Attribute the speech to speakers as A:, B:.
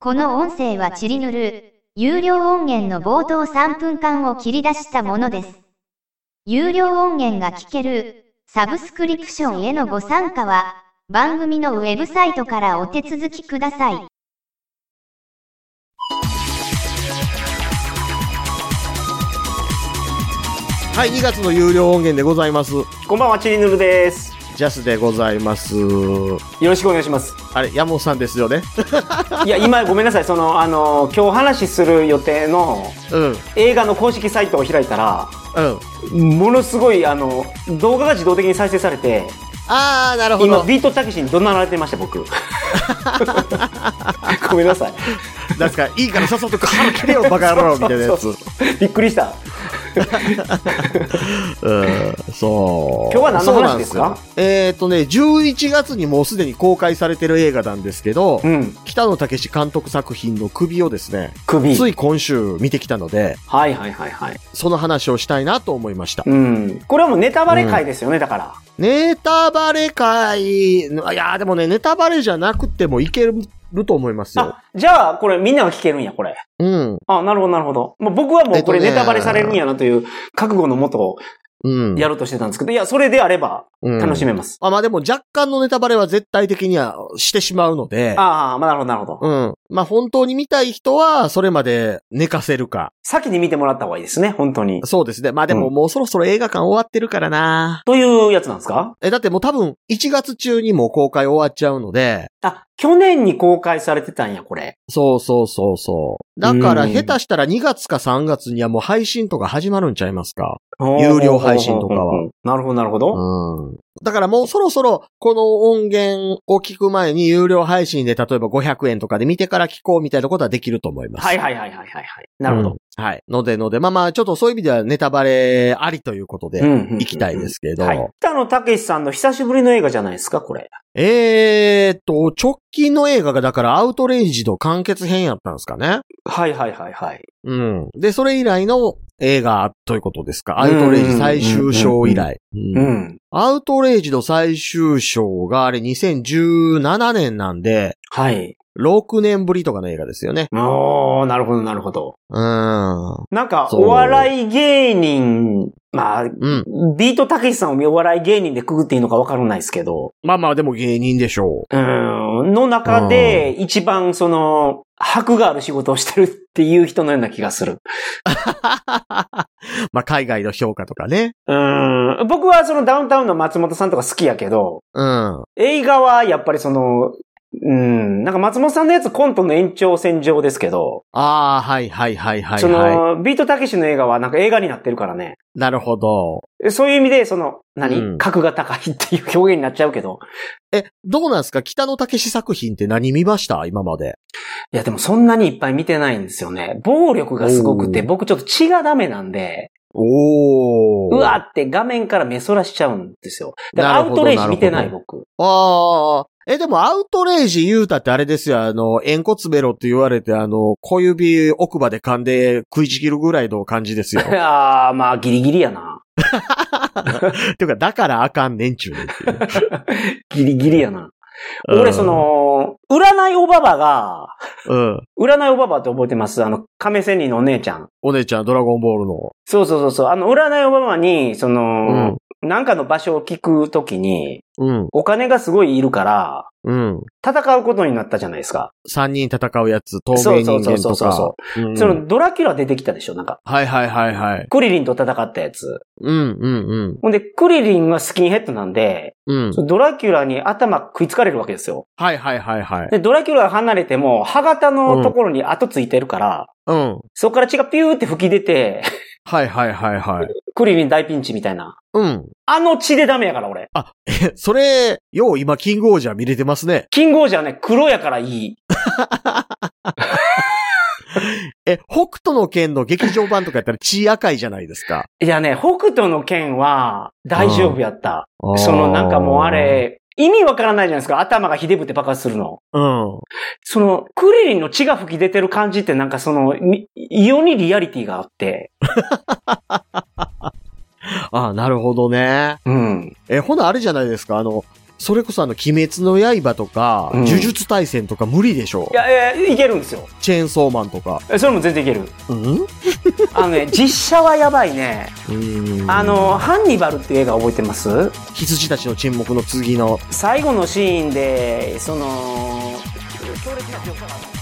A: この音声はチリヌルー、有料音源の冒頭3分間を切り出したものです。有料音源が聞ける、サブスクリプションへのご参加は、番組のウェブサイトからお手続きください。
B: はい、2月の有料音源でございます。
C: こんばんは、チリヌルです。
B: ジャスでございます。
C: よろしくお願い します。
B: あれ、山本さんですよね。
C: いや、今ごめんなさい。その、あの、今日話しする予定の
B: うん、うん。
C: 映画の公式サイトを開いたら、ものすごい、あの、動画が自動的に再生されて、
B: あー、なるほ
C: 今、
B: ど。
C: ビートたけしに怒鳴られてまし た、僕。ごめんなさい。
B: なんすか、いいからさっさと腹切れよ、バカ野郎みたいなやつ。
C: そうそうそうびっくりした。
B: うん、そう。
C: 今日は何の話
B: そうなんよ
C: です
B: えーっとね、11月にもうすでに公開されてる映画なんですけど、
C: うん。
B: 北野武監督作品の首をですね、
C: 首。
B: つい今週見てきたので、
C: はいはいはいはい。
B: その話をしたいなと思いました。
C: うん。これはもうネタバレ回ですよね、だから。
B: ネタバレ会、いやーでもね、ネタバレじゃなくてもいけると思いますよ。
C: あ、じゃあ、これみんなが聞けるんや、これ。
B: うん。
C: あ、なるほど、なるほど。まあ、僕はもうこれ
B: えっとね
C: ネタバレされるんやなという覚悟のもと
B: うん。
C: やろうとしてたんですけど、いや、それであれば
B: うん
C: 楽しめます。
B: あまあでも若干のネタバレは絶対的にはしてしまうので、
C: ああ、まあ、なるほど、なるほど。
B: うん。まあ本当に見たい人はそれまで寝かせるか。
C: 先に見てもらった方がいいですね、本当に。
B: そうですね。まあでも
C: うん
B: もうそろそろ映画館終わってるからな。
C: というやつなんですか
B: え、だってもう多分1月中にもう公開終わっちゃうので、
C: あ、去年に公開されてたんや、これ。
B: そうそうそうそう。だから
C: うん
B: 下手したら2月か3月にはもう配信とか始まるんちゃいますか。有料配信とかは
C: ほうほうほうほう。なるほど、なるほど。
B: うん。だからもうそろそろこの音源を聞く前に有料配信で例えば500円とかで見てから聞こうみたいなことはできると思います。
C: はいはいはいはいはいはい。なるほど。
B: うんはい。のでので、まあまあ、ちょっとそういう意味ではネタバレありということで、
C: ん。
B: 行きたいですすけど。
C: はい。北野武さんの久しぶりの映画じゃないですか、これ。
B: えーっと、直近の映画がだからアウトレイジの完結編やったんですかね。
C: はいはいはいはい。
B: うん。で、それ以来の映画ということですか。アウトレイジ最終章以来。
C: う
B: うん
C: ん。
B: アウトレイジの最終章があれ2017年なんで、
C: はい。
B: 6年ぶりとかの映画ですよね。
C: おー、なるほど、なるほど。
B: うん。
C: なんか、
B: そう
C: お笑い芸人、まあ、
B: うん。
C: ビートたけしさんをお笑い芸人でくぐっていいのかわからないですけど、
B: まあまあ、でも芸人でしょ
C: うーん、の中で一番その、箔がある仕事をしてるっていう人のような気がする。
B: う。 まあ、海外の評価とかね。
C: うーん、僕はそのダウンタウンの松本さんとか好きやけど、
B: うん。
C: 映画はやっぱりその、うん、なんか松本さんのやつコントの延長線上ですけど、
B: ああ、はいはいはいはい、
C: そ
B: は
C: の、ビートたけしの映画はなんか映画になってるからね。
B: い。なるほど。
C: そういう意味で、その、何、
B: うん
C: 格が高いっていう表現になっちゃうけど。
B: え、どうなんですか北野武作品って何見ました今まで。
C: いや、でもそんなにいっぱい見てないんですよね。暴力がすごくて、
B: おー
C: 僕ちょっと血がダメなんで、
B: お
C: うわって画面から目そらしちゃうんですよ。だから
B: な
C: ア
B: る
C: ウ
B: ほど
C: トレイジ見てない、
B: なる
C: 僕。
B: ああ。え、でもアウトレイジ言うたってあれですよ。あの、円骨ベロって言われて、あの、小指奥歯で噛んで食いちぎるぐらいの感じ ですよ。 っ
C: あー、まあ、ギリギリやな。
B: ていうか、だからあかんねんちゅうねんっていう。
C: ギリギリやな。
B: うん
C: 俺、そ、の、占いおばばが、
B: うん。
C: 占いおばばって覚えてますあの、亀仙人のお姉ちゃん。
B: お姉ちゃん、ドラゴンボールの。
C: そうそうそうそう。あの、占いおばばに、その、なんかの場所を聞くときに、
B: うん。
C: お金がすごいいるから、
B: うん。
C: 戦うことになったじゃないですか。
B: 三人戦うやつ、透明人間
C: そうそう
B: と
C: そうそ
B: か。
C: う。
B: うん
C: その、ドラキュラ出てきたでしょなんか、
B: はいはいはいはい。
C: クリリンと戦ったやつ。
B: うん、うん、
C: ほんで、クリリンはスキンヘッドなんで、
B: うん。うん。
C: そのドラキュラに頭食いつかれるわけですよ。
B: はいはいはいはい。
C: で、ドラキュラが離れても、歯型のところに跡ついてるから、
B: うん。
C: そこから血がピューって吹き出て、
B: はいはいはいはい。
C: クリリン大ピンチみたいな。
B: うん。
C: あの血でダメやから、俺。
B: それ、よう今、キングオージャー見れてますね。
C: キングオージャーね、黒やからいい。
B: え、北斗の剣の劇場版とかやったら血赤いじゃないですか。
C: いやね、北斗の剣は、大丈夫やった。 その、なんかもうあ。れ、意味わからないじゃないですか。頭がひでぶって爆発するの。
B: うん。
C: その、クリリンの血が吹き出てる感じってなんかその、み異様にリアリティがあって。
B: あなるほどね。
C: うん。
B: え、ほなあれじゃないですか。あの、それこそあの、鬼滅の刃とか、
C: うん
B: 呪術大戦とか無理でしょ
C: いや、えーいけるんですよ。
B: チェーンソーマンとか。
C: えそれも全然いける。
B: うん
C: あのね、実写はやばいね。あの、、ハンニバルっていう映画覚えてます
B: 羊たちの沈黙の次の
C: 最後のシーンで、その、強烈な描写がある。